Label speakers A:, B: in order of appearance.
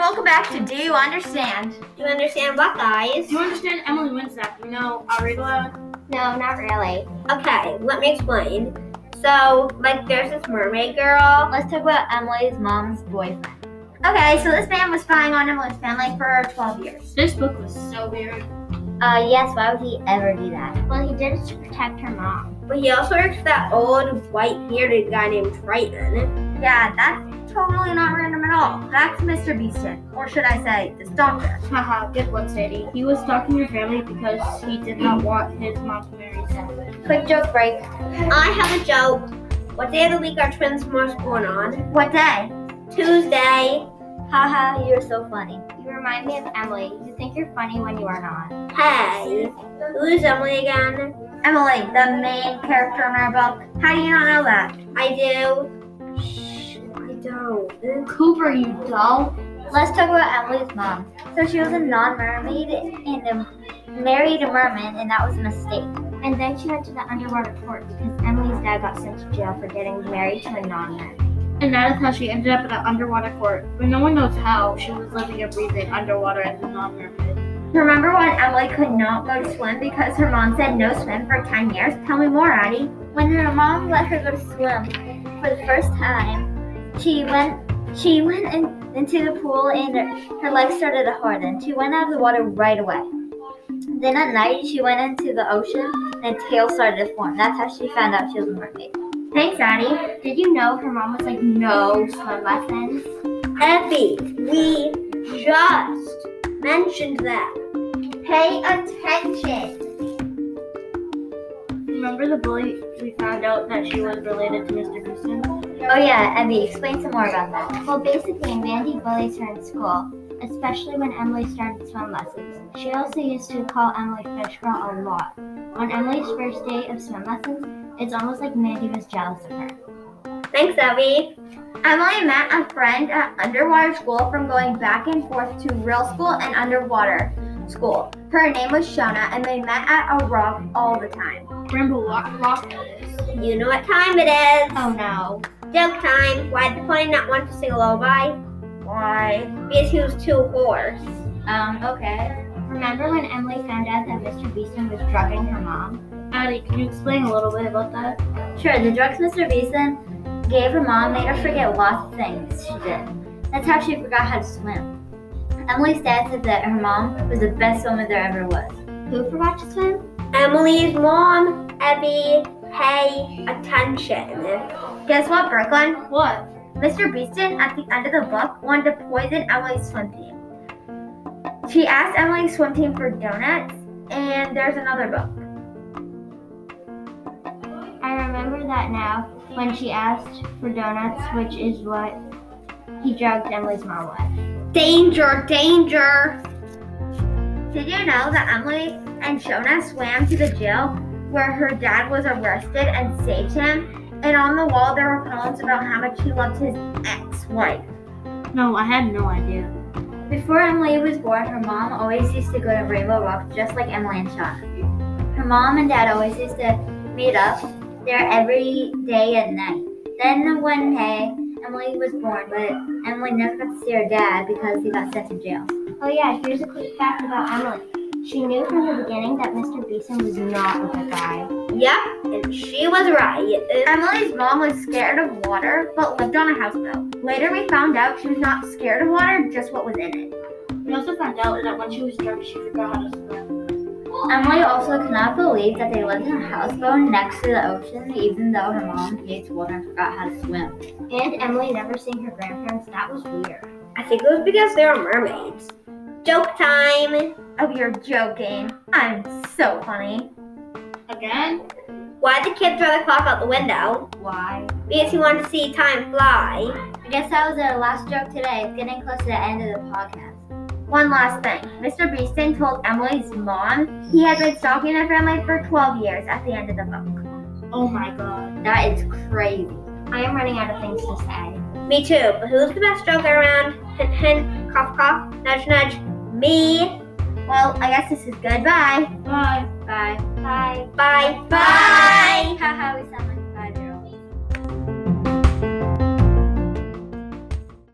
A: Welcome back to Do You Understand?
B: You understand what, guys?
C: Do you understand Emily Winsack? You know Arugula?
B: No, not really. Okay, let me explain. So, like, there's this mermaid girl.
A: Let's talk about Emily's mom's boyfriend. Okay, so this man was spying on Emily's family for 12 years.
C: This book was so weird.
A: Uh, yes, why would he ever do that?
B: Well, he did it to protect her mom. But he also worked for that old white-bearded guy named Triton.
A: Yeah, that's totally not random at all. That's Mr. Beeston, or should I say, the stalker.
C: Haha, good one, Sadie. He was stalking your family because he did not want his mom to marry Sally.
A: Quick joke break.
B: I have a joke. What day of the week are twins most born on?
A: What day?
B: Tuesday.
A: Haha, you're so funny. You remind me of Emily. You think you're funny when you are not.
B: Hey, who's Emily again?
A: Emily, the main character in our book. How do you not know that?
B: I do. Shh, I don't.
C: Cooper, you doll.
A: Let's talk about Emily's mom. So she was a non-mermaid and a, married a merman, and that was a mistake.
D: And then she went to the underwater court because Emily's dad got sent to jail for getting married to a non-man.
C: And that is how she ended up in an underwater court. But no one knows how she was living and breathing underwater as a non-mermaid.
A: Remember when Emily could not go to swim because her mom said no swim for 10 years? Tell me more, Addie. When her mom let her go to swim for the first time, she went she went in, into the pool and her, her legs started to harden. She went out of the water right away. Then at night, she went into the ocean and a tail started to form. That's how she found out she was a mermaid. Thanks, Addie.
D: Did you know her mom was like, no swim lessons?
B: Effie, we just mentioned that.
A: Pay attention.
C: Remember the bully we found out that she was related to Mr. Beeston?
A: Oh, yeah, Emmy, explain some more about that.
D: Well, basically, Mandy bullies her in school, especially when Emily started swim lessons. She also used to call Emily Fish Girl a lot. On Emily's first day of swim lessons, it's almost like Mandy was jealous of her.
B: Thanks, Effie.
A: Emily met a friend at underwater school from going back and forth to real school and underwater school. Her name was Shona, and they met at a rock all the time.
C: Bramble lock lock is.
B: You know what time it is.
D: Oh no.
B: Joke time. Why'd the plane not want to sing a lullaby?
A: Why?
B: Because he was too hoarse.
D: Um, okay. Remember when Emily found out that Mr. Beeston was drugging her mom?
C: Addie, can you explain a little bit about that?
A: Sure, the drugs Mr. Beeson gave her mom made her forget lots of things she did. That's how she forgot how to swim. Emily's dad said that her mom was the best swimmer there ever was.
D: Who forgot to swim?
B: Emily's mom, Effie, pay attention.
A: Guess what, Brooklyn?
C: What?
A: Mr. Beeston, at the end of the book, wanted to poison Emily's swim team. She asked Emily's swim team for donuts, and there's another book.
D: I remember that now when she asked for donuts, which is what he drugged Emily's mom with.
B: Danger, danger.
A: Did you know that Emily and Shona swam to the jail where her dad was arrested and saved him? And on the wall, there were poems about how much he loved his ex wife.
C: No, I had no idea.
A: Before Emily was born, her mom always used to go to Rainbow Rock just like Emily and Shana. Her mom and dad always used to meet up there every day and night. Then one day, Emily was born, but Emily never got to see her dad because he got sent to jail.
D: Oh yeah, here's a quick fact about Emily. She knew from the beginning that Mr. Beeson was not a good guy.
B: Yep, and she was right.
A: Emily's mom was scared of water, but lived on a houseboat. Later, we found out she was not scared of water, just what was in it.
C: We also found out that when she was drugged, she forgot how to swim.
A: Emily also could not believe that they lived in a houseboat next to the ocean, even though her mom hates water and forgot how to swim.
D: And Emily never seeing her grandparents, that was weird.
B: I think it was because they were mermaids. Joke time.
A: Oh, you're joking. I'm so funny.
C: Again?
B: Why'd the kid throw the clock out the window?
D: Why?
B: Because he wanted to see time fly.
A: I guess that was our last joke today. It's getting close to the end of the podcast. One last thing. Mr. Beeston told Emily's mom he had been stalking her family for 12 years at the end of the book.
C: Oh my god.
A: That is crazy.
D: I am running out of things to say.
B: Me too, but who's the best joker around? Hint, hint, cough, cough, nudge, nudge. Me.
A: Well, I guess this is goodbye.
C: Bye.
A: Bye.
D: Bye.
B: Bye.
A: Bye. Haha, we sound like bye.